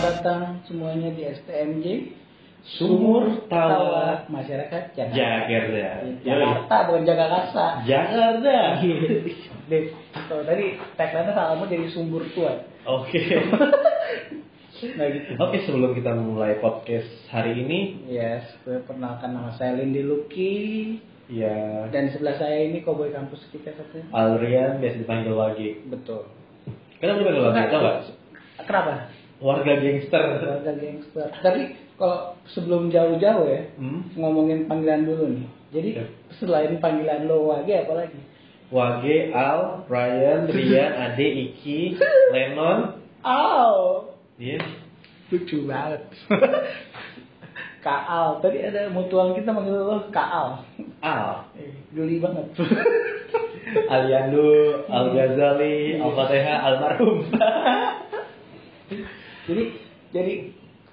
datang semuanya di STMJ Sumur Tawa Ya, Masyarakat Jakarta. Jakarta. Jakarta bukan jaga rasa. Jakarta. Deh, kalau tadi tagline salamu jadi sumber tuan. Oke. Nah gitu. Oke, sebelum kita memulai podcast hari ini, Yes, gue perkenalkan nama saya Lindi Luki ya dan di sebelah saya ini koboi kampus kita katanya. Alrian biasa dipanggil lagi. Betul. Kenapa dipanggil lagi? Tahu nggak? Kenapa? Warga gangster. Keluarga gangster. Tapi kalau sebelum jauh-jauh ya, Hmm? ngomongin panggilan dulu nih. Jadi Ya. selain panggilan lo wage apa lagi? Wage, Al, Ryan, Rian, Ade, Iki, Lennon, Au, yes. lucu banget. Kaal, tadi ada mutual kita manggil lo Kaal. Al, Eh, Geli banget. Aliando, Al Ghazali, Iya. Al Fatihah, Almarhum. jadi jadi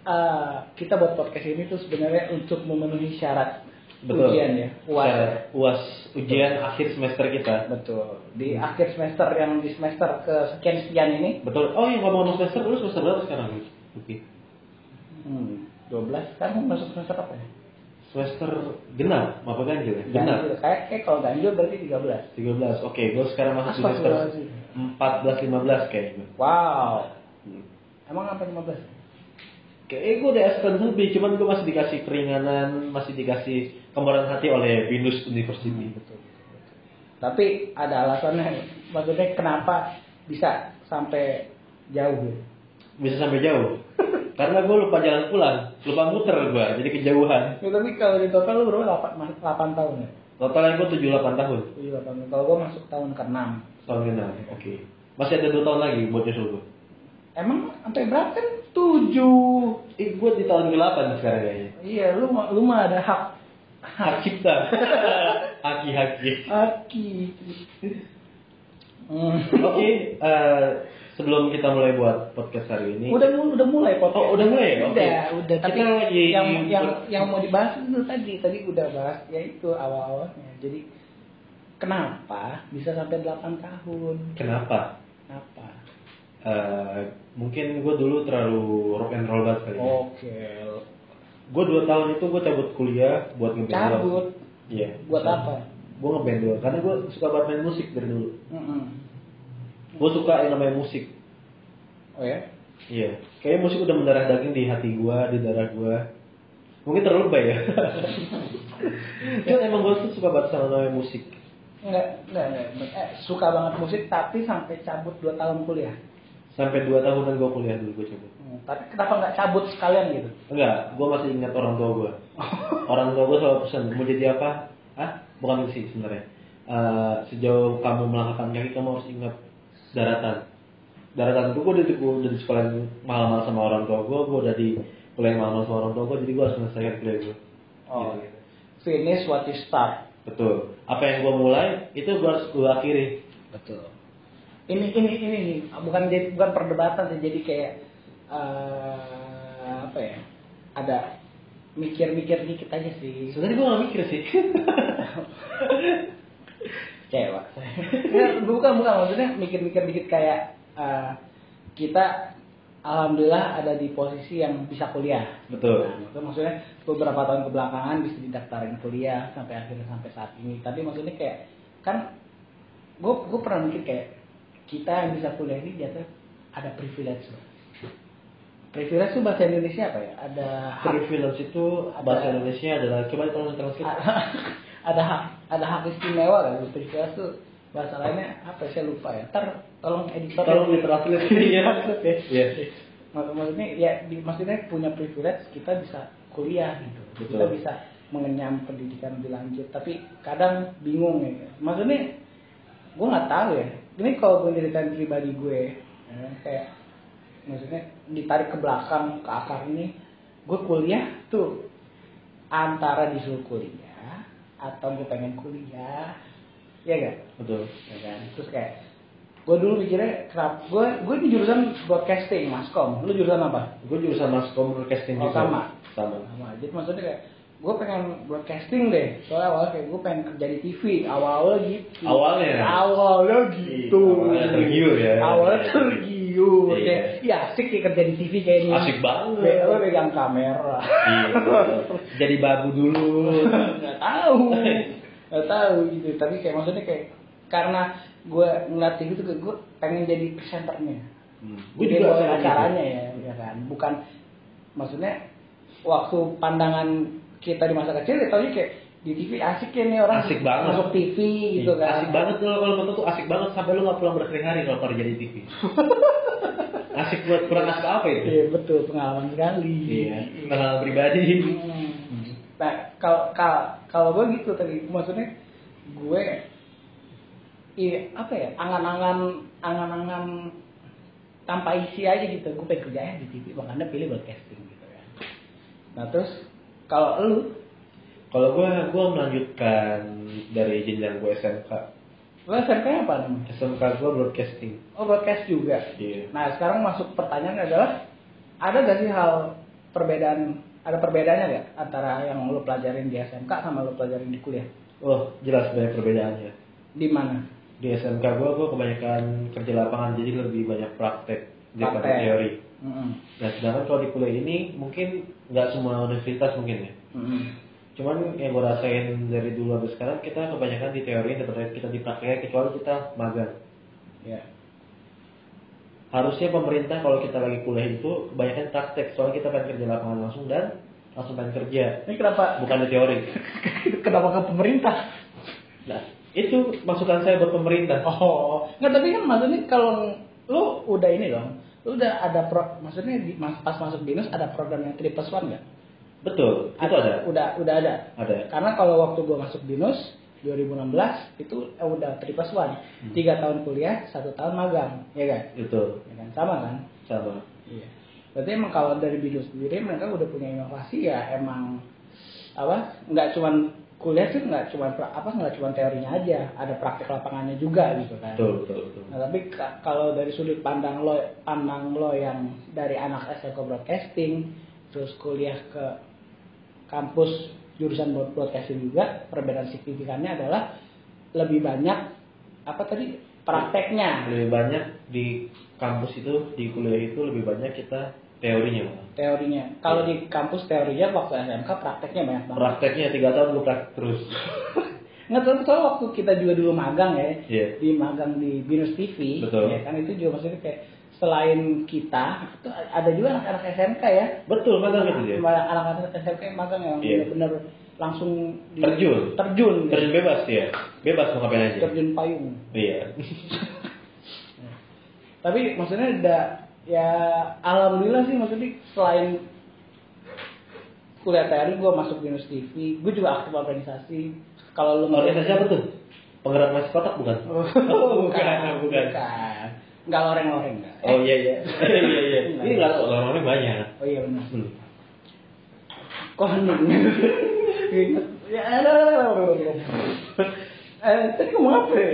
eh, kita buat podcast ini tuh sebenarnya untuk memenuhi syarat Betul. ujian ya, UAS. Cara UAS ujian akhir semester kita. Betul. Di akhir semester yang di semester ke sekian sekian ini, Betul. Oh, yang ngomong semester lu semester berapa sekarang? Oke. hmm, 12 sekarang masuk semester apa ya? Semester genap, apa ganjil ya? Genap. Ganjil. Kayak, kayak kalau ganjil berarti 13. 13. Oke, gue sekarang masuk di semester Astagfirullahaladzim. 14 15 kayaknya. Wow. Hmm. Emang apa 15? Kayaknya gue udah advance lebih, cuman gue masih dikasih keringanan, masih dikasih kemurahan hati oleh Binus University. Iya, Betul. Tapi ada alasannya. Maksudnya kenapa bisa sampai jauh? ya? Bisa sampai jauh. Karena gue lupa jalan pulang, lupa muter gue, jadi kejauhan. Ya, tapi kalau di total lu berapa? 8, tahun ya? Totalnya gue 78 tahun, 7, 8 Iya, tahun. Kalau gua masuk tahun ke-6. tahun genap. Oke. Masih ada 2 tahun lagi buat nyusul gue. Emang sampai berapa kan? 7. Eh, gue di tahun ke-8 sekarang kayaknya. Iya, lu ma- lu mah ada hak Hak cipta. Haki-haki. haki. Hmm. Oke, eh, sebelum kita mulai buat podcast hari ini. Udah mul- udah mulai podcast. Oh, udah mulai ya? Oke. Udah, udah. Tapi Kita lagi yang yang yang mau dibahas itu tadi, tadi udah bahas yaitu awal-awalnya. Jadi kenapa bisa sampai 8 tahun? Kenapa? Kenapa? Eh, mungkin gue dulu terlalu rock and roll banget kali. Oke. Gue dua tahun itu gue cabut kuliah buat ngeband. doang. Cabut Iya. buat apa? Gue ngeband doang karena gue suka banget main musik dari dulu. Mm-mm. Gue suka yang namanya musik. Oh ya. Iya. Kayaknya musik udah mendarah daging di hati gue, di darah gue. Mungkin terlalu baik ya. Cuman emang gue tuh suka banget sama namanya musik. Enggak, enggak, enggak. Eh, suka banget musik tapi sampai cabut 2 tahun kuliah. Sampai dua tahunan gue kuliah dulu gue cabut. Hmm, tapi kenapa nggak cabut sekalian gitu? Enggak, gue masih ingat orang tua gue. orang tua gue selalu pesan, mau jadi apa? Ah, bukan sih sebenarnya. Eh, sejauh kamu melangkahkan kaki, kamu harus ingat daratan. Daratan itu gue udah, di- udah di sekolah yang mahal-mahal sama orang tua gue, gue udah di kuliah yang mahal sama orang tua gue, jadi gue harus menyelesaikan kuliah gue. Oh. Gitu. Finish what you start. Betul. Apa yang gue mulai, itu gue harus gue akhiri. Betul. Ini ini ini nih, bukan jadi bukan perdebatan sih, jadi kayak eh, apa ya? Ada mikir-mikir dikit aja sih. Sebenarnya gue gak mikir sih. Kecewa. ya, bukan bukan maksudnya mikir-mikir dikit kayak eh, kita alhamdulillah ada di posisi yang bisa kuliah. Betul. Nah, itu maksudnya beberapa tahun kebelakangan bisa didaftarin kuliah sampai akhirnya sampai saat ini. Tapi maksudnya kayak kan gue gue pernah mikir kayak kita yang bisa kuliah ini jatuh ada privilege loh. Privilege tuh bahasa Indonesia apa ya? Ada hak, Privilege itu bahasa Indonesia adalah coba tolong translate. ada hak ada hak istimewa kan? Privilege tuh bahasa lainnya apa ya? saya lupa ya. Ntar tolong editor Tolong ditranslate. Iya. Translate ya. Iya. Mak- maksudnya ya di- maksudnya punya privilege kita bisa kuliah gitu Betul. kita bisa mengenyam pendidikan lebih lanjut tapi kadang bingung ya maksudnya gue nggak tahu ya ini kalau gue pendidikan pribadi gue ya, kayak maksudnya ditarik ke belakang ke akar ini gue kuliah tuh antara disuruh kuliah atau gue pengen kuliah ya gak Betul. ya kan terus kayak gue dulu mikirnya kenapa gue gue di jurusan broadcasting maskom lu jurusan apa Gue jurusan maskom broadcasting Oh, juga. sama. Sama. sama jadi maksudnya kayak gue pengen broadcasting deh soalnya awalnya kayak gue pengen kerja di TV awalnya gitu Awalnya? ya? Iya, awalnya gitu Awalnya tergiur ya. awalnya tergiur Iya. kayak iya asik sih kerja di TV kayaknya Asik banget. Be- lo pegang kamera Iya. Jadi babu dulu. nggak tahu nggak tahu gitu tapi kayak maksudnya kayak karena gue ngeliat TV tuh gue pengen jadi presenternya Gue Jadi juga gitu. bawain pengen acaranya ya, ya kan. Bukan maksudnya waktu pandangan kita di masa kecil ya taunya kayak di TV asik ya nih orang Asik banget. Iya, masuk TV gitu kan. Asik banget tuh kalau nonton tuh asik banget sampai lu nggak pulang berhari-hari kalau kerja di TV. asik buat kurang asik apa itu? Iya betul pengalaman sekali. Iya. Pengalaman pribadi. Hmm. Nah kalau kalau kalau gue gitu tadi maksudnya gue iya apa ya angan-angan angan-angan tanpa isi aja gitu gue pengen kerjanya di TV makanya pilih broadcasting gitu kan. Nah terus kalau lu Kalau gue, gue melanjutkan dari jenjang gue SMK. Lo SMP apa namanya? SMK gue broadcasting. Oh broadcast juga. Iya. Nah sekarang masuk pertanyaan adalah ada gak sih hal perbedaan ada perbedaannya nggak antara yang lo pelajarin di SMK sama lo pelajarin di kuliah? Oh, jelas banyak perbedaannya. Di mana? Di SMK gue, gue kebanyakan kerja lapangan, jadi lebih banyak praktek daripada Praktek. teori. Mm-mm. Nah, sedangkan kalau di kuliah ini mungkin nggak semua universitas mungkin ya. Mm-mm. Cuman yang gue rasain dari dulu sampai sekarang kita kebanyakan di teori daripada kita di prakteknya kecuali kita magang. Ya. Harusnya pemerintah kalau kita lagi kuliah itu kebanyakan praktek soalnya kita pengen kerja lapangan langsung dan langsung pengen kerja Ini kenapa bukan di teori. kenapa ke pemerintah? Nah itu masukan saya buat pemerintah. Oh, nggak tapi kan maksudnya kalau lo udah ini dong, lo udah ada pro, maksudnya di, mas- pas masuk binus ada program yang 3 plus 1 nggak? Betul itu ada Udah udah ada. ada. Karena kalau waktu gue masuk BINUS 2016 itu eh, udah 3 plus 1. Tiga tahun kuliah, satu tahun magang, ya kan? Itu Ya kan? Sama kan? sama. Iya. Berarti emang kalau dari BINUS sendiri mereka udah punya inovasi ya emang apa? Nggak cuman kuliah sih nggak cuman pra- apa nggak cuman teorinya aja, ada praktik lapangannya juga gitu kan. Betul betul betul. Nah, tapi ka- kalau dari sudut pandang lo pandang lo yang dari anak SLK broadcasting terus kuliah ke kampus jurusan broad- broadcasting juga perbedaan signifikannya adalah lebih banyak apa tadi prakteknya Lebih banyak di kampus itu di kuliah itu lebih banyak kita teorinya. Bang. teorinya kalau di kampus teorinya waktu SMK prakteknya banyak banget Prakteknya tiga tahun lu praktek terus. nggak tahu soal waktu kita juga dulu magang ya Iya. di magang di Binus TV Betul. ya kan itu juga maksudnya kayak selain kita itu ada juga anak-anak SMK ya Betul betul gitu dia. Malah anak-anak SMP magang yang Iya. ya, benar-benar langsung di- Terjun. terjun, ya. Terjun bebas dia, bebas mau ngapain aja. terjun payung. Iya. Tapi maksudnya ada ya alhamdulillah sih maksudnya selain kuliah teori gue masuk Binus TV, gue juga aktif organisasi. Kalau lu Organisasi apa tuh? Penggerak masih kotak bukan? Oh, bukan. bukan. Enggak loreng-loreng enggak. Oh iya iya. iya iya. Ini nggak tahu orang-orang banyak. Oh iya benar. Hmm. Koning. ya, ada, ada, ada, ada. Eh, tadi ngomong apa ya?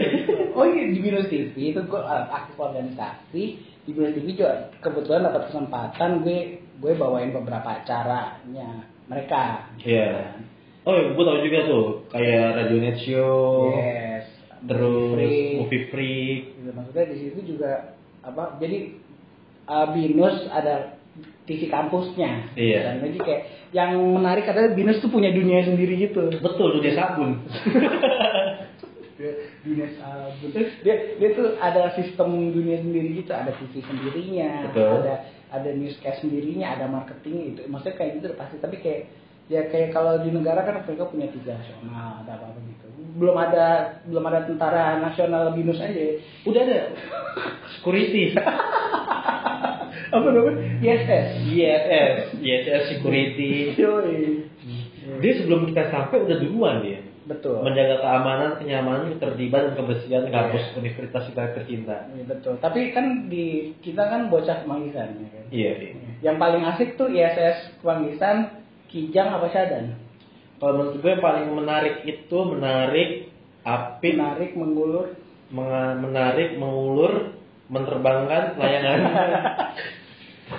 Oh iya, di Binus TV itu gue uh, aktif organisasi. Di Binus TV juga kebetulan dapat kesempatan gue gue bawain beberapa acaranya mereka. Iya. Oh, gue tahu juga tuh, kayak Radio Net Show, Yes. Oh. terus Free. Movie Free. Gitu, maksudnya di situ juga apa? Jadi uh, Binus ada TV kampusnya. Iya. Dan jadi kayak yang menarik adalah Binus tuh punya dunia sendiri gitu. Betul, dunia sabun. dia dunia sabun dia dia tuh ada sistem dunia sendiri gitu ada TV sendirinya Betul. ada ada newscast sendirinya ada marketing itu maksudnya kayak gitu udah pasti tapi kayak ya kayak kalau di negara kan mereka punya tiga nasional ada apa apa gitu belum ada belum ada tentara nasional binus aja udah ada Security. apa namanya ISS ISS, ISS Iya, Security. Yoi. Dia sebelum kita sampai udah duluan dia. betul Menjaga keamanan, kenyamanan, ketertiban, dan kebersihan kampus universitas kita tercinta. Iya, betul tapi kan di kita kan bocah kemanggisan ya kan Iya. iya. yang paling asik tuh ISS kemanggisan Kijang apa Syadan? Kalau menurut gue yang paling menarik itu menarik apik, menarik menggulur menga- menarik, mengulur, menerbangkan layangan.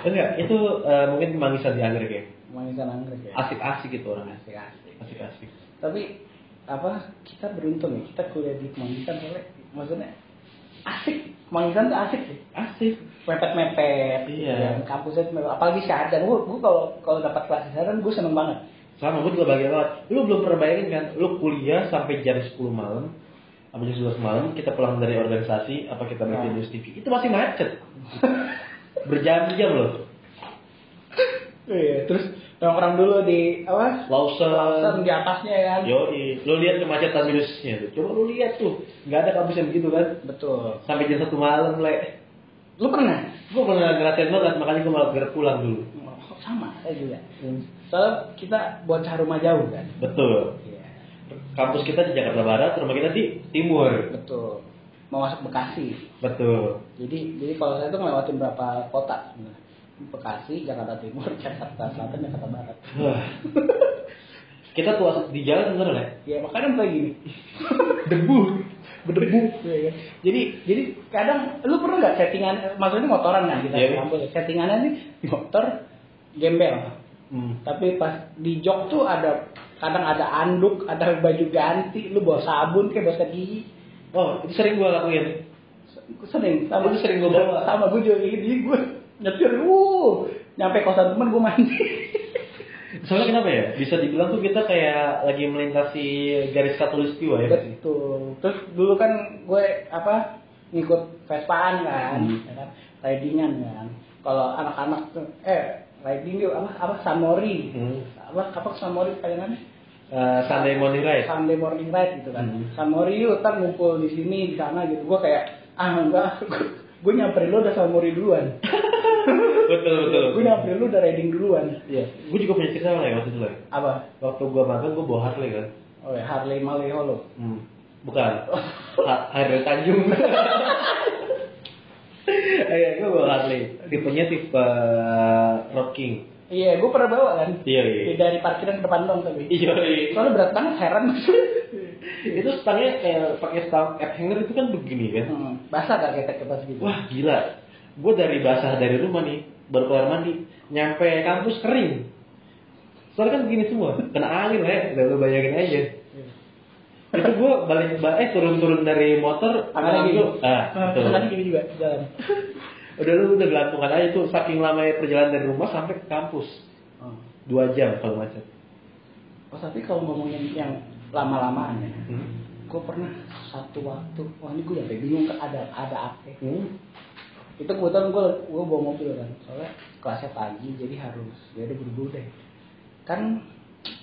Enggak, itu eh, mungkin kemanggisan di akhir kayak. kemanggisan anggrek ya Asik-asik gitu orangnya. asik asik asik-asik tapi apa kita beruntung ya kita kuliah di Mangisan soalnya maksudnya asik Mangisan tuh asik sih asik mepet mepet Iya. kampusnya tuh mepet. apalagi syahadan gue gue kalau kalau dapat kelas syahadan gue seneng banget sama gue juga bahagia banget lu belum pernah bayangin kan lu kuliah sampai jam 10 malam sampai jam 11 malam kita pulang dari organisasi apa kita Nah. baca news TV itu masih macet berjam-jam loh iya terus nongkrong dulu di apa Lawson Lawson di atasnya kan Yoi, lu lihat kemacetan minusnya tuh. Coba lu lihat tuh, nggak ada kampus yang begitu kan? betul Sampai jam satu malam le. lu pernah Gue pernah ngerasain banget, makanya gue malah gerak pulang dulu. Oh, sama saya juga soalnya kita bocah rumah jauh kan Betul. iya Kampus kita di Jakarta Barat, rumah kita di Timur. betul mau masuk Bekasi Betul. Jadi jadi kalau saya tuh ngelewatin berapa kota sebenarnya. Bekasi, Jakarta Timur, Jakarta Selatan, Jakarta Barat. Hah. kita tua di jalan bener le. Ya makanya kayak gini. Debu. Berdebu. Iya, kan? Jadi jadi kadang lu pernah nggak settingan eh, maksudnya motoran kan kita Iya. di kampus. Settingannya nih motor gembel. Hmm. Tapi pas di jok tuh ada kadang ada anduk, ada baju ganti, lu bawa sabun kayak bawa sikat gigi. Oh, itu sering gue lakuin. sering sama Itu sering gua bawa. sama gue juga gitu jadi gue nyetir uh nyampe kosan temen gue mandi Soalnya kenapa ya? Bisa dibilang tuh kita kayak lagi melintasi garis katulistiwa ya. pasti. Betul. Terus dulu kan gue apa ngikut Vespaan kan, Hmm. ya kan? ridingan kan. Kalau anak-anak tuh eh riding itu apa apa Samori. Hmm. Apa apa Samori kalian Eh, Sunday morning ride. Sunday morning ride gitu kan. Hmm. Samori yuk ntar ngumpul di sini di sana gitu. Gue kayak ah enggak gue nyamperin lu udah Samori duluan. betul betul. gue nyamperin lu udah riding duluan. Iya, gue juga punya cerita lah ya waktu itu lah. Apa? Waktu gue magang gue bawa Harley kan. Oh ya, Harley Maleholo. Hmm. Bukan. Ha- Harley Tanjung. Iya, gue bawa Harley. Tipenya tipe eh, rocking. Iya, gue pernah bawa kan. Iya iya. Dari parkiran ke depan dong tapi. Iya iya. Soalnya berat banget heran Itu stangnya kayak pakai stang air hanger itu kan begini kan. hmm, Basah gak ketek pas gitu Wah gila. Gue dari basah dari rumah nih baru keluar mandi nyampe kampus kering. Soalnya kan begini semua kena angin lah ya. Lu bayangin aja. Iya. itu gue balik ba- eh turun-turun dari motor Tangannya gini Hmm, langsung- ah betul. Tangannya gini juga jalan udah lu udah gelantungan aja tuh saking lamanya perjalanan dari rumah sampai ke kampus dua jam kalau macet Hmm. Oh tapi kalau ngomongin yang lama-lamaan ya Hmm? Gue pernah satu waktu Wah ini gue sampai bingung kan ada, ada apa Hmm. Itu kebetulan gue, gue bawa mobil kan Soalnya kelasnya pagi jadi harus Jadi buru-buru deh Kan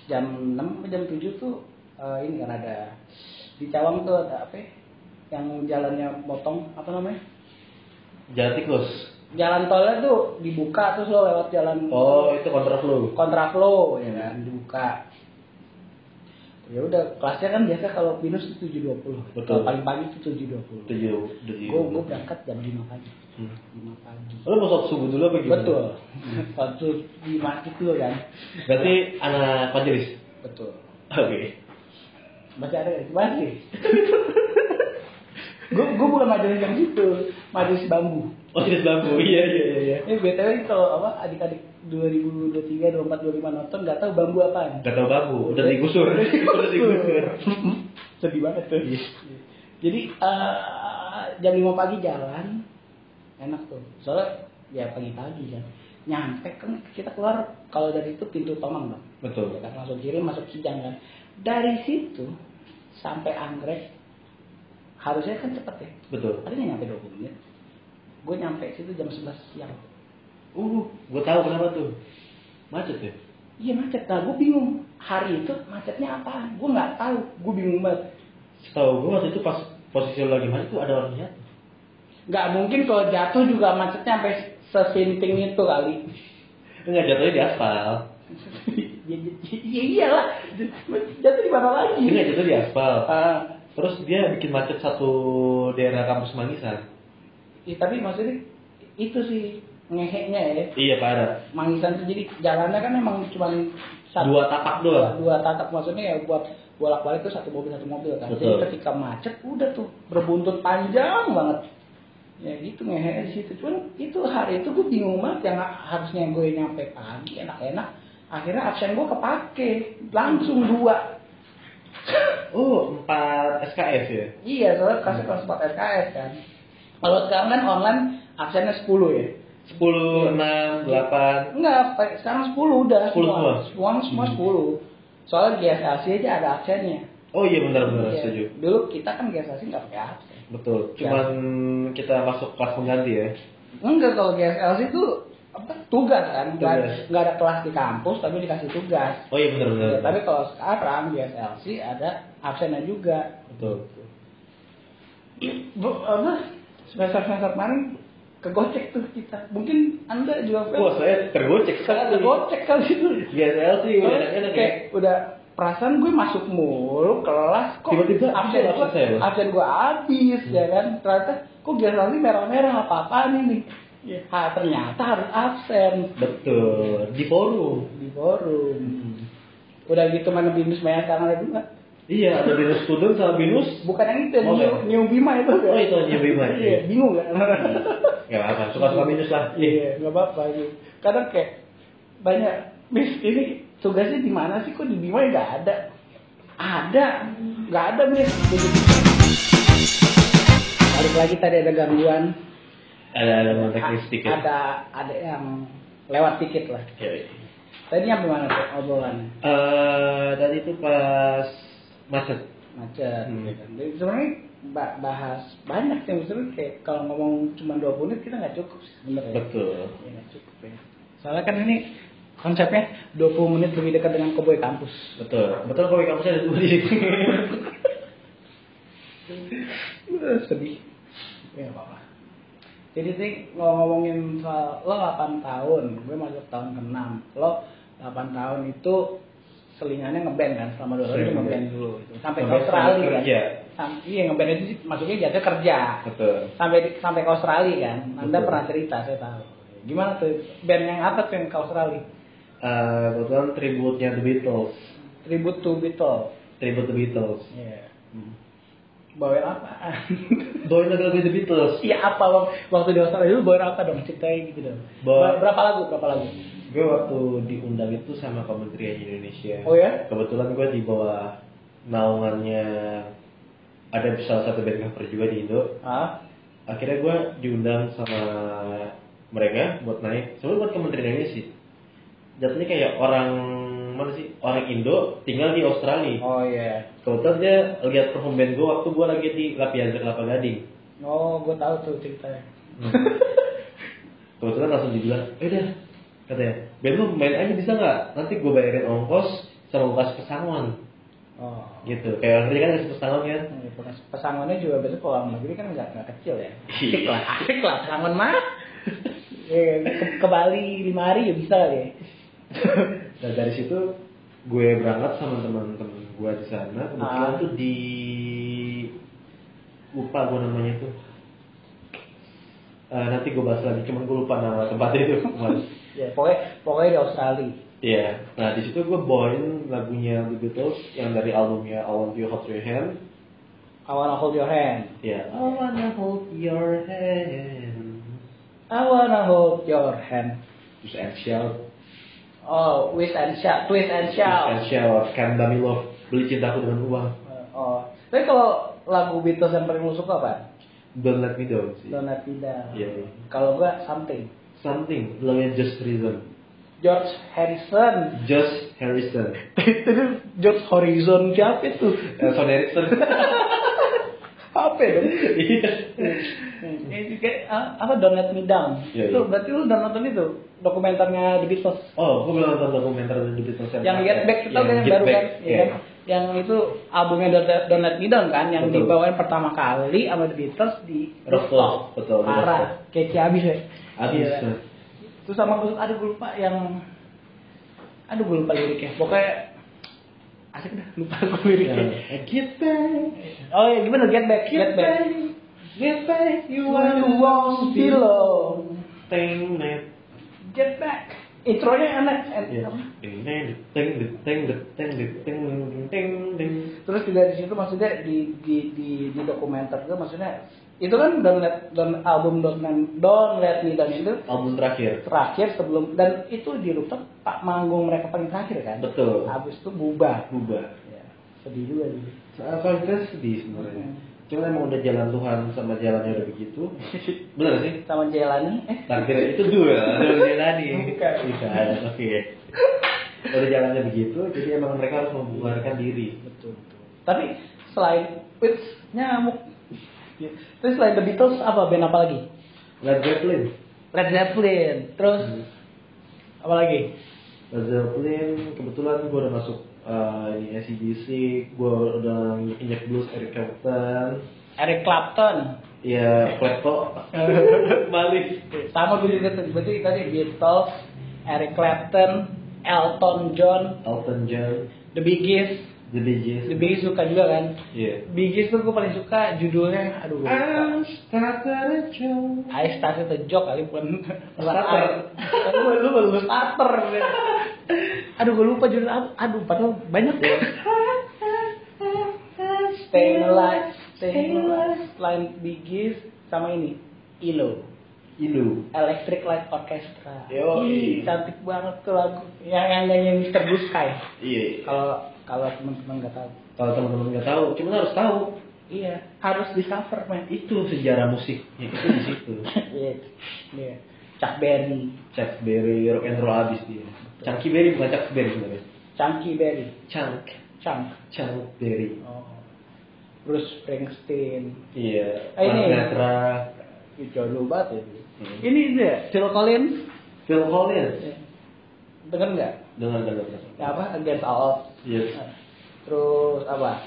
jam 6 sampai jam 7 tuh eh, Ini kan ada Di Cawang tuh ada apa ya? Yang jalannya motong apa namanya jalan tikus jalan tolnya tuh dibuka terus lo lewat jalan oh itu kontraflow kontraflow ya kan dibuka ya udah kelasnya kan biasa kalau minus tuh tujuh dua puluh Betul. paling pagi tuh tujuh dua puluh tujuh tujuh gue gue berangkat jam lima pagi Hmm. lima pagi lu mau sholat subuh dulu apa gimana betul waktu di masjid dulu kan berarti anak majelis betul oke masih ada nggak? masih gue gue bukan majelis yang itu majelis bambu oh jenis bambu iya iya iya, iya ini btw kalau apa adik-adik 2023, 24, 25 nonton nggak tahu bambu apaan Gak tau bambu, udah digusur Udah digusur Sedih banget tuh. Iya. Jadi eh, jam 5 pagi jalan enak tuh. Soalnya ya pagi-pagi kan. Nyampe kan kita keluar kalau dari itu pintu Tomang bang. Ya Betul kan, Masuk kiri masuk Kijang kan. Dari situ sampai Anggrek harusnya kan cepet ya. Betul Tapi nggak nyampe 20 menit. Gue nyampe situ jam 11 siang. Uh, gue tahu kenapa tuh Macet ya? Iya macet. Nah gue bingung hari itu macetnya apaan? Gue nggak tahu. Gue bingung banget. Setahu gue waktu itu pas posisi lo lagi mandi tuh ada orang lihat. Nggak mungkin kalau jatuh juga macetnya sampai sesinting itu kali. Enggak jatuhnya di aspal. ya, ya- ya iyalah, jatuh di mana lagi? Enggak jatuh di aspal. Ah, Terus dia bikin macet satu daerah kampus Mangisan. ya, tapi maksudnya itu sih ngeheknya ya. Iya parah. Mangisan tuh jadi jalannya kan emang cuma satu, Iya, Dua tapak doang. dua tatap maksudnya ya buat bolak-balik tuh satu mobil satu mobil kan. Betul. Jadi ketika macet udah tuh berbuntut panjang banget. Ya gitu ngeheknya di situ. Cuman itu hari itu gue bingung banget yang harusnya gue nyampe pagi enak-enak akhirnya absen gue kepake langsung dua Oh, 4 SKS ya? iya soalnya kasih kelas 4 SKS kan kalau sekarang kan online absennya 10 ya 10, 6, 8 Enggak, Pak. sekarang 10 udah 10 semua? semua semua Hmm. 10 soalnya GSAC aja ada absennya Oh iya Iya. benar-benar Ya. setuju dulu kita kan GSAC nggak pakai absen Betul, cuman kita masuk kelas pengganti ya Enggak kalau GSLC itu apa tugas kan nggak Tugas. nggak ada kelas di kampus tapi dikasih tugas Oh iya benar-benar Ya, tapi kalau sekarang GSLC ada absennya juga Betul Bu, apa semester semester kemarin kegocek tuh kita mungkin anda juga Wah saya tergocek Kita sekali kegocek kali itu GSL sih udah enak-enak ya Iya. kayak udah perasaan gue masuk mulu kelas kok Tiba-tiba absen absen gue saya, Bos. Hmm. absen gue habis ya kan ternyata kok GSLC merah-merah apa-apaan ini Iya. Ah, ternyata harus absen Betul, di forum di forum Hmm. udah gitu mana binus banyak tangan itu nggak Iya, ada binus student sama binus bukan yang itu new, Oh, iya. new bima itu Oh, itu New Bima, iya. iya bingung nggak Gak apa-apa, suka-suka binus lah iya nggak apa-apa gitu kadang kayak banyak bis ini tugasnya di mana sih kok di bima ya nggak ada ada nggak ada bis balik lagi tadi ada gangguan Ada ada mau A- teknis sedikit Iya, ada ada yang lewat dikit lah Oke. tadi nyampe mana tuh obrolannya Eh, Tadi itu pas macet macet Hmm. gitu kan. Jadi sebenarnya ba- bahas banyak yang sebenarnya kayak kalau ngomong cuma 20 menit kita nggak cukup sih sebenarnya. Betul Ya, nggak cukup ya. Soalnya kan ini konsepnya 20 menit lebih dekat dengan koboi kampus. Betul, betul kalau kamu ada dua di situ. Eh, Sedih. Ya nggak apa-apa. Jadi sih kalau ngomongin soal lo 8 tahun, gue masuk tahun ke-6. Lo 8 tahun itu selingannya ngeband kan selama 2 tahun itu Sering ngeband gitu. dulu. sampai ke Ngeband sambil Australia kan. kerja. Sam- iya ngeband itu sih masuknya jatuh kerja. Betul. sampai di- sampai ke Australia kan anda Betul. pernah cerita saya tahu gimana tuh band yang apa tuh yang ke Australia Eh, kebetulan tributnya The Beatles, tribute to Beatles tribute The Beatles. Iya. Hmm. bawain apa Bawain lagu lagu The Beatles. iya apa bang waktu di Australia dulu bawain apa dong ceritain gitu dong Bawa- Ber- berapa lagu berapa lagu Gue waktu diundang itu sama Kementerian Indonesia. Oh ya? Kebetulan gue di bawah naungannya ada salah satu band cover juga di Indo. ah Akhirnya gue diundang sama mereka buat naik. Sebenarnya buat Kementerian Indonesia sih. Jatuhnya kayak orang mana sih? Orang Indo tinggal di Australia. oh iya Kebetulan dia lihat perform band gue waktu gue lagi di Lapianza Kelapa Gading. oh gue tahu tuh ceritanya Kebetulan langsung dibilang, eh udah, katanya, band lu main aja bisa nggak? Nanti gue bayarin ongkos sama gue kasih pesangon. oh Gitu, kayak akhirnya kan kasih pesangon kan? Nah, ya, pes- pesangonnya juga biasanya kalau orang negeri kan nggak nggak kecil ya asik lah asik lah pesangon mah Iya, ke, ke Bali lima hari ya bisa kali ya Dan dari situ gue berangkat sama teman-teman gue di sana. Kebetulan Ah. tuh di lupa gue namanya tuh. Eh, nanti gue bahas lagi, cuman gue lupa nama tempatnya itu. Males. Ya, pokoknya, pokoknya di Australia. Iya, nah di situ gue bawain lagunya The Beatles yang dari albumnya I Want You Hold Your Hand. I wanna hold your hand. Iya. I wanna hold your hand. I wanna hold your hand. Terus and shout, Oh, wish and shout, twist and terus and shout. shout, Cam Damilov beli cintaku dengan uang. Oh, tapi kalau lagu Beatles yang paling lu suka apa? Don't let me down sih. Don't Let Me Down. Iya. Kalau gua something. Something, lagunya Just Reason. George Harrison. Just Harrison. Itu tuh George Horizon siapa itu? Eh, Son Harrison. Apa dong? Iya. Ini kayak ah, apa Don't Let Me Down. Iya, itu iya. berarti lu udah nonton itu dokumenternya The Beatles. Oh, gue belum nonton dokumenter dari The Beatles. yang Get Back itu Yang kan yang Get baru Back, kan, ya iya. kan? yang itu albumnya Don't Let, Don't Let Me Down kan, yang Betul. dibawain pertama kali sama The Beatles di Rooftop, betul, di parah, rooftop. kece abis ya. Abis. Gila. tuh. Terus sama gue, aduh gue lupa yang, aduh gue lupa liriknya, pokoknya asik dah, lupa gue liriknya. Eh, Get back, Oh ya gimana Get Back, Get, get Back. back, get back, you are the walk one below. below, Ting, net. Get Back. Intronya enak, en- Iya. apa? Ding, ding, ding, ding, ding, ding, ding, ding, ding, ding. Terus juga di situ maksudnya di di di, di dokumenter itu maksudnya itu kan don't let don't album don't let, don't let me down itu album terakhir terakhir sebelum dan itu di rooftop pak manggung mereka paling terakhir kan betul habis itu bubar Bubar ya, sedih juga gitu Soal kualitas sedih sebenarnya Hmm. cuma emang udah jalan Tuhan sama jalannya udah begitu bener sih sama Jelani eh target itu duel ada Jelani Bukan. bisa oke udah jalannya begitu jadi emang mereka harus membubarkan diri betul betul tapi selain which nyamuk Ya. terus selain The Beatles apa band apa lagi Led Zeppelin Led Zeppelin terus Hmm. apa lagi Led Zeppelin kebetulan gue udah masuk eh, ini SCDC gue udah injek blues Eric Clapton Eric Clapton ya Klepto balik sama gue juga tuh. berarti tadi Beatles Eric Clapton Elton John Elton John The Biggies The DJs The Biggies suka juga kan Iya. Biggies tuh gue paling suka judulnya aduh gue Ah. lupa. started a joke. I started a joke kali bukan bukan Starter. I. lu lu lu starter aduh gue lupa judul apa aduh padahal banyak Iya. ya Stay Alive Stay Alive selain Biggies sama ini Ilo Ilu. Electric Light Orchestra Yoi. Ih, cantik banget tuh lagu yang yang nyanyi Mr. Blue Sky Iya. kalau kalau teman-teman nggak tahu Kalau teman-teman nggak tahu, cuman harus tahu iya harus di cover man itu sejarah musik. Ya, itu di situ. iya iya Chuck Berry Chuck Berry rock and roll abis dia. Chunky Berry bukan Chuck Berry sebenarnya. Chunky Berry Chunk, Chunk Chunk Berry. oh. Bruce Springsteen Iya. Ah, ini. Frank Sinatra, Ih, jauh dulu banget ya Hmm. ini dia Phil Collins Iya. Phil Collins. denger nggak Dengar dengar. dengar. ya, apa Against All Odds Yes. terus apa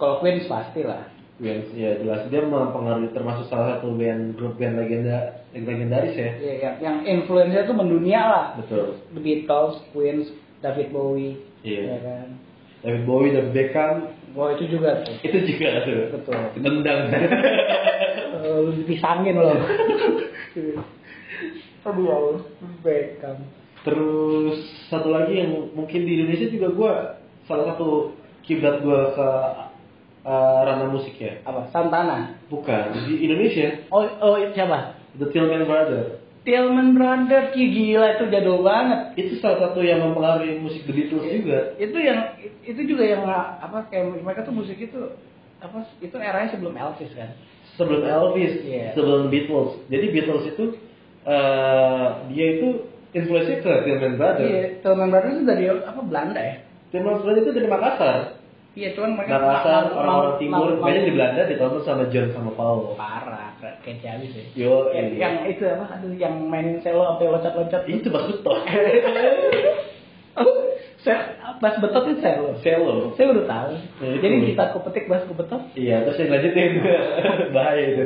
kalau Queens pasti lah Yes, ya jelas dia mempengaruhi termasuk salah satu band grup band legenda legendaris ya. Iya, yang, yang influence-nya tuh mendunia lah Betul. The Beatles, Queens, David Bowie, Iya. ya kan? David Bowie, David Beckham, Wah itu juga tuh. itu juga tuh. Betul. Nendang. Eh, Lu disangin loh. Aduh, ya Allah. Beckham. Terus satu lagi yang mungkin di Indonesia juga gue salah satu kiblat gue ke eh, ranah musik ya. Apa? Santana. Bukan di Indonesia Oh, oh itu siapa? The Tillman Brothers Tillman Brothers, Ih, gila itu jadul banget. itu salah satu yang mempengaruhi musik The Beatles Iya. juga. Itu yang itu juga yang apa kayak mereka tuh musik itu apa itu eranya sebelum Elvis kan? Sebelum Elvis, Iya. sebelum Beatles. Jadi Beatles itu eh, dia itu influence ke Tillman Brothers. Iya, Tillman Brothers itu dari apa Belanda ya? Tillman Brothers itu dari Makassar. Iya, cuman mereka Makassar, mang- orang-orang mang- timur, mang- banyak di Belanda Oh, ditonton sama John sama Paul. parah kayak kayak habis ya. Yo, yang, yang itu apa aduh yang mainin selo sampai loncat-loncat Oh, itu maksud toh. Saya bas betot itu selo. Selo. Saya udah tahu. Ya, itu. Jadi kita kupetik bas kupetot, Iya, terus yang lanjutin bahaya itu.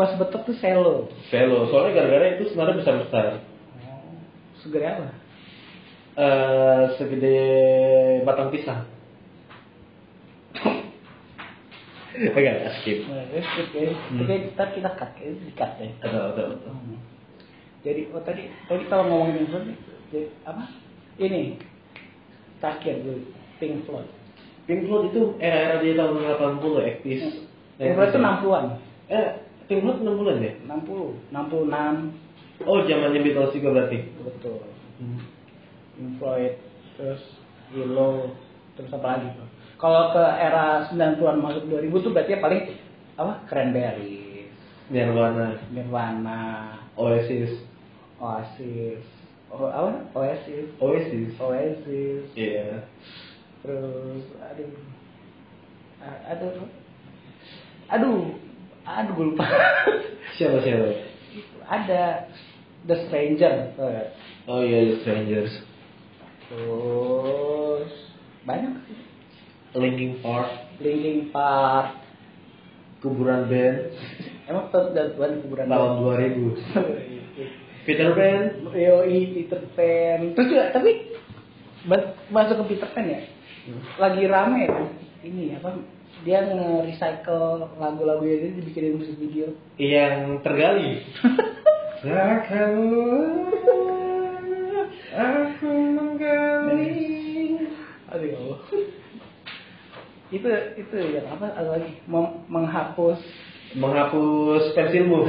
bas betot tuh selo. Selo, soalnya gara-gara itu sebenarnya besar besar. Segera apa? Eh segede batang pisang. Oke, okay, skip. Nah, terus, Oke, Hmm. oke kita kita cut, eh, di cut ya. Atau, atau, atau. Hmm. Jadi oh tadi tadi kalau ngomongin influence jadi apa? Ini terakhir dulu Pink Floyd. Pink Floyd itu era-era di tahun 80 aktif. Pink Floyd itu 60-an. Eh, Pink Floyd 60-an ya? 60, 66 Oh, zamannya Beatles juga berarti. betul. Pink Floyd, terus Yellow, terus apa lagi tuh? Kalau ke era 90-an masuk 2000 tuh berarti ya paling apa? Cranberries, Nirvana, Nirvana, Oasis, Oasis, oh, apa? Oasis, Oasis. Oasis, Iya. terus aduh, A- aduh, aduh, aduh gue lupa. Siapa siapa? Ada The Stranger, tau nggak? Oh iya, The Strangers. terus banyak sih. Linkin Park, Linkin Park, Kuburan Band, Emang tetap jadwal kuburan tahun 2000. Peter Pan, Yoi Peter Pan. Terus juga tapi ba- masuk ke Peter Pan ya. Lagi rame ya. Ini apa dia nge-recycle lagu-lagu yang dia dibikinin musik video. yang tergali. Takkan aku menggali. Aduh ya Allah. itu itu yang apa ada lagi Mem- menghapus Menghapus pensilmu.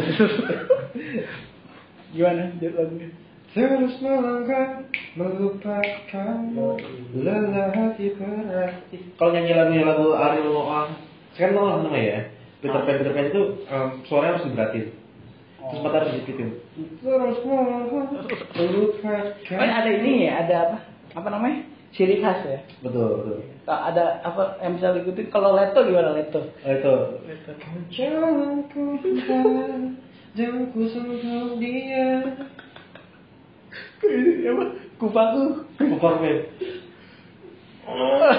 gimana judul lagunya Terus melangkah melupakan lelah hati berat. Kalau nyanyi lagu lagu Ariel Noah, kan Noah namanya ya. Peter Pan Peter Pan itu em, suaranya harus diberatin. Terus mata harus dipitim. Terus kan melangkah melupakan. ada ini ya ada apa apa namanya ciri khas ya Betul betul. Nah, ada apa yang bisa diikuti kalau leto gimana leto Oh, itu. leto Jangan ku tinggal, jangan ku sentuh dia. Ini apa kupaku Superman. Oh.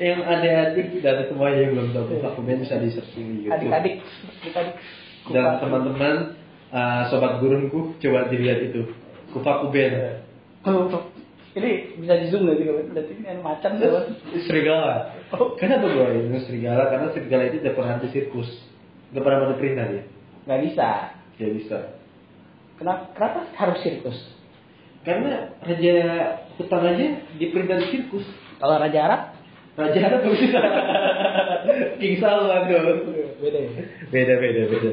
yang adik-adik dan semuanya yang belum tahu Superman bisa di searching Gitu. di YouTube. adik-adik adik-adik Dan kupaku. teman-teman eh, sobat gurunku coba dilihat itu. Kupaku Ben. Tuh, ini bisa di zoom nggak sih kawan? Berarti ini ada macan kawan. Serigala. Kenapa gue ini serigala? Karena serigala itu udah pernah di sirkus. Gak pernah mati perintah dia. Nggak bisa. Dia bisa. Kenapa, kenapa harus sirkus? Karena raja hutan aja diperintah di sirkus. Kalau raja Arab Raja ada tuh bisa. King Salman dong. beda ya. beda beda beda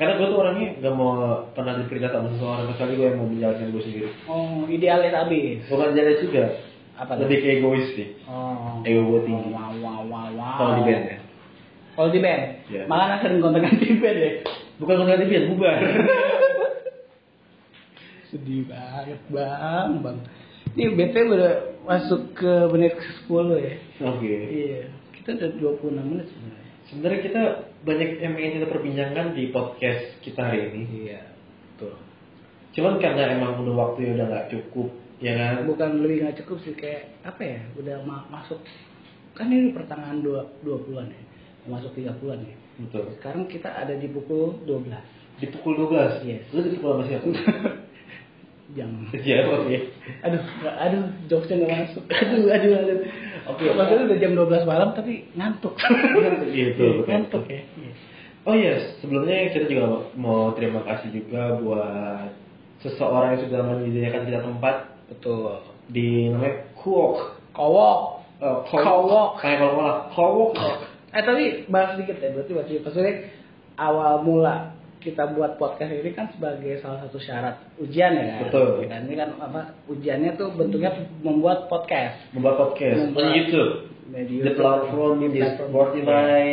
karena gue tuh orangnya gak mau pernah diperintah sama seseorang kecuali gue yang mau menjalankan gue sendiri Oh, idealis abis. bukan jalan juga Apa tuh? lebih ke egois sih Oh. Ego gua tinggi. Wow, wow, wow, wow. kalau di band ya Kalau di band. Iya. Makanya sering kontak ganti band ya. bukan kalau di band bubar Sedih banget bang, bang. Ini BT udah masuk ke menit ke 10 ya. oke Iya. Kita udah 26 menit sebenarnya. sebenarnya kita banyak yang ingin kita perbincangkan di podcast kita hari ini Iya. Betul. cuman karena emang udah waktunya udah nggak cukup ya kan bukan lebih nggak cukup sih kayak apa ya udah ma- masuk kan ini pertengahan dua dua puluhan ya mau masuk tiga puluhan ya betul sekarang kita ada di pukul 12 di pukul 12 Yes. lu dipukul sama siapa jam ya oke aduh nggak- aduh jokesnya nggak masuk aduh aduh aduh oke Oke. maksudnya udah jam 12 malam tapi ngantuk Iya, betul, betul. ngantuk ya Iya. Oh yes, sebelumnya kita juga mau terima kasih juga buat seseorang yang sudah menyediakan kita tempat betul di namanya Kuok. kowok Eh, Kuok. Kayak kalau malah Kuok. eh tapi bahas sedikit ya berarti bahas sedikit maksudnya awal mula kita buat podcast ini kan sebagai salah satu syarat ujian ya kan? Betul. Dan ini kan apa ujiannya tuh bentuknya membuat podcast. Membuat podcast Oh, gitu. Membuat. on YouTube. Jadi The platform is Spotify.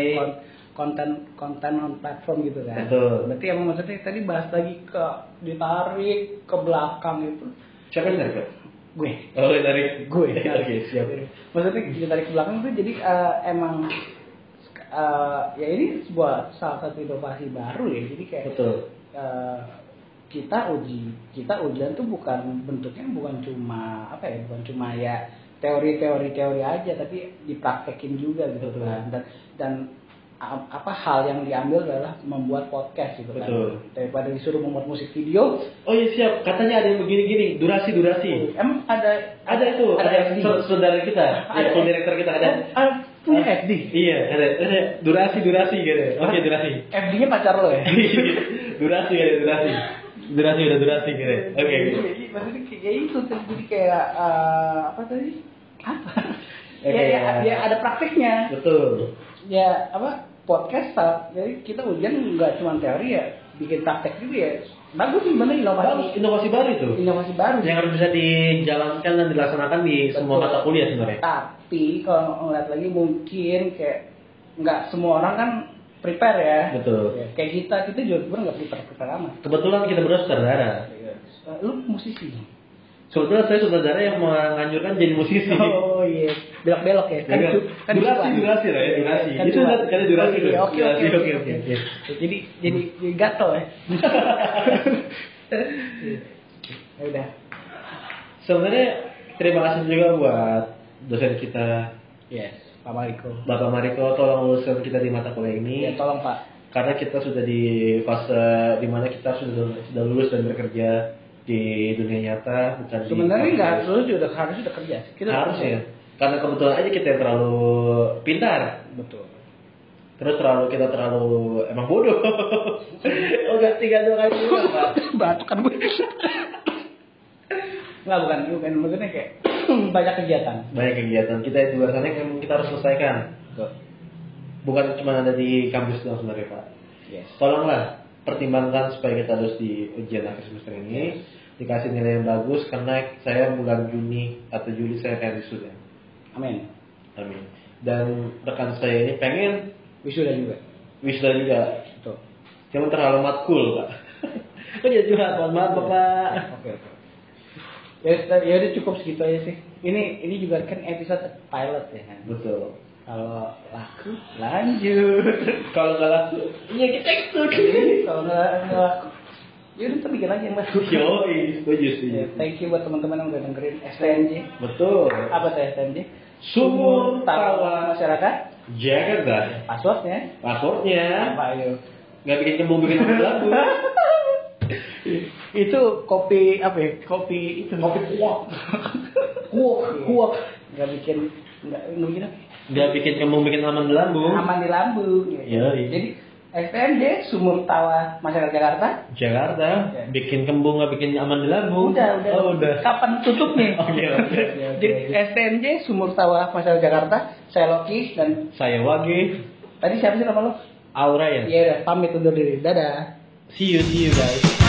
konten konten on platform gitu kan. Betul. Berarti emang maksudnya tadi bahas lagi ke ditarik ke belakang itu Siapa yang tarik? gue Oh, yang tarik. gue Oke, siap. maksudnya ditarik ke belakang tuh jadi eh, emang eh, ya ini sebuah salah satu inovasi baru ya jadi kayak Betul. eh, kita uji kita ujian tuh bukan bentuknya bukan cuma apa ya bukan cuma ya teori-teori teori aja tapi dipraktekin juga gitu Betul. kan dan dan a- apa hal yang diambil adalah membuat podcast gitu Betul. kan daripada disuruh membuat musik video Oh iya siap, katanya ada yang begini-gini, durasi-durasi. em ada Iya. Ada itu, ada, SD? saud- saudara kita, Ada. ya, direktur kita ada. Iya. Ah, punya FD Iya, ada, ada durasi-durasi gitu. Oke, durasi. FD nya pacar lo ya durasi ya durasi durasi udah durasi gitu ya. oke oke. Jadi, Iya, maksudnya kayak itu terus jadi kayak eh, apa tadi apa Ya, ya, ya, kayak- ya ada praktiknya betul ya apa podcast saat- jadi kita ujian nggak cuma teori ya bikin praktek juga ya bagus sih bener Bagus, inovasi inovasi baru itu inovasi baru yang harus bisa dijalankan dan dilaksanakan di semua Betul. mata kuliah sebenarnya tapi kalau ngeliat lagi mungkin kayak nggak semua orang kan prepare ya betul Ya, kayak kita kita juga sebenarnya nggak prepare prepare amat kebetulan kita berdua saudara Eh, lu musisi sebetulnya saya saudara yang menganjurkan jadi musisi Oh iya, belok belok ya. Kan, Belok. du- kan Durasi, cuan. durasi lah ya, durasi. Kan Itu cuan. kan- kan durasi Oh, iya, tuh. Oke Durasi, oke oke, oke. oke, oke. Jadi jadi jadi gatel ya. ya udah. sebenarnya terima kasih juga buat dosen kita Yes. Pak Mariko. Bapak Mariko tolong lulusan kita di mata kuliah ini Ya tolong Pak. karena kita sudah di fase dimana kita sudah sudah lulus dan bekerja di dunia nyata bukan di- Sebenarnya nggak harus lulus juga harus udah kerja. sih. Kita harus ya karena kebetulan aja kita yang terlalu pintar Betul. terus terlalu kita terlalu emang bodoh udah tiga dua kali ulang, Pak. Batuk kan gue. Enggak bukan bukan maksudnya kayak banyak kegiatan banyak kegiatan kita di luar sana yang kita harus selesaikan bukan cuma ada di kampus doang sebenarnya pak yes tolonglah pertimbangkan supaya kita lulus di ujian akhir semester ini dikasih nilai yang bagus karena saya bulan Juni atau Juli saya akan wisuda amin amin dan rekan saya ini pengen wisuda juga wisuda juga betul cuma terlalu matkul pak Iya. kok jadi curhat mohon maaf bapak Iya. oke oke ya udah- ya udah cukup segitu aja sih ini ini juga kan episode pilot ya kan betul kalau laku lanjut kalau nggak laku ya kita ikut Jadi, kalau nggak nggak laku ya udah kita bikin lagi yang baru yo setuju Ya, setuju thank you buat teman-teman yang udah dengerin STNJ betul apa tuh STNJ sumur tawa tawa masyarakat Jakarta passwordnya passwordnya apa yuk nggak bikin kembung bikin kembung lagu itu kopi apa ya kopi itu Kopi kuak. kuok kuok nggak bikin nggak nggak bikin apa? nggak bikin kembung bikin aman di lambung aman di lambung gitu. Iya, iya. jadi STMJ sumur tawa masyarakat Jakarta Jakarta Oke. bikin kembung nggak bikin aman di lambung Iya. udah udah, oh, udah kapan tutup nih Oke, oke, oke, jadi STMJ sumur tawa masyarakat Jakarta saya Loki dan saya Wage tadi siapa sih nama lo Aura ya Iya udah pamit undur diri dadah see you see you guys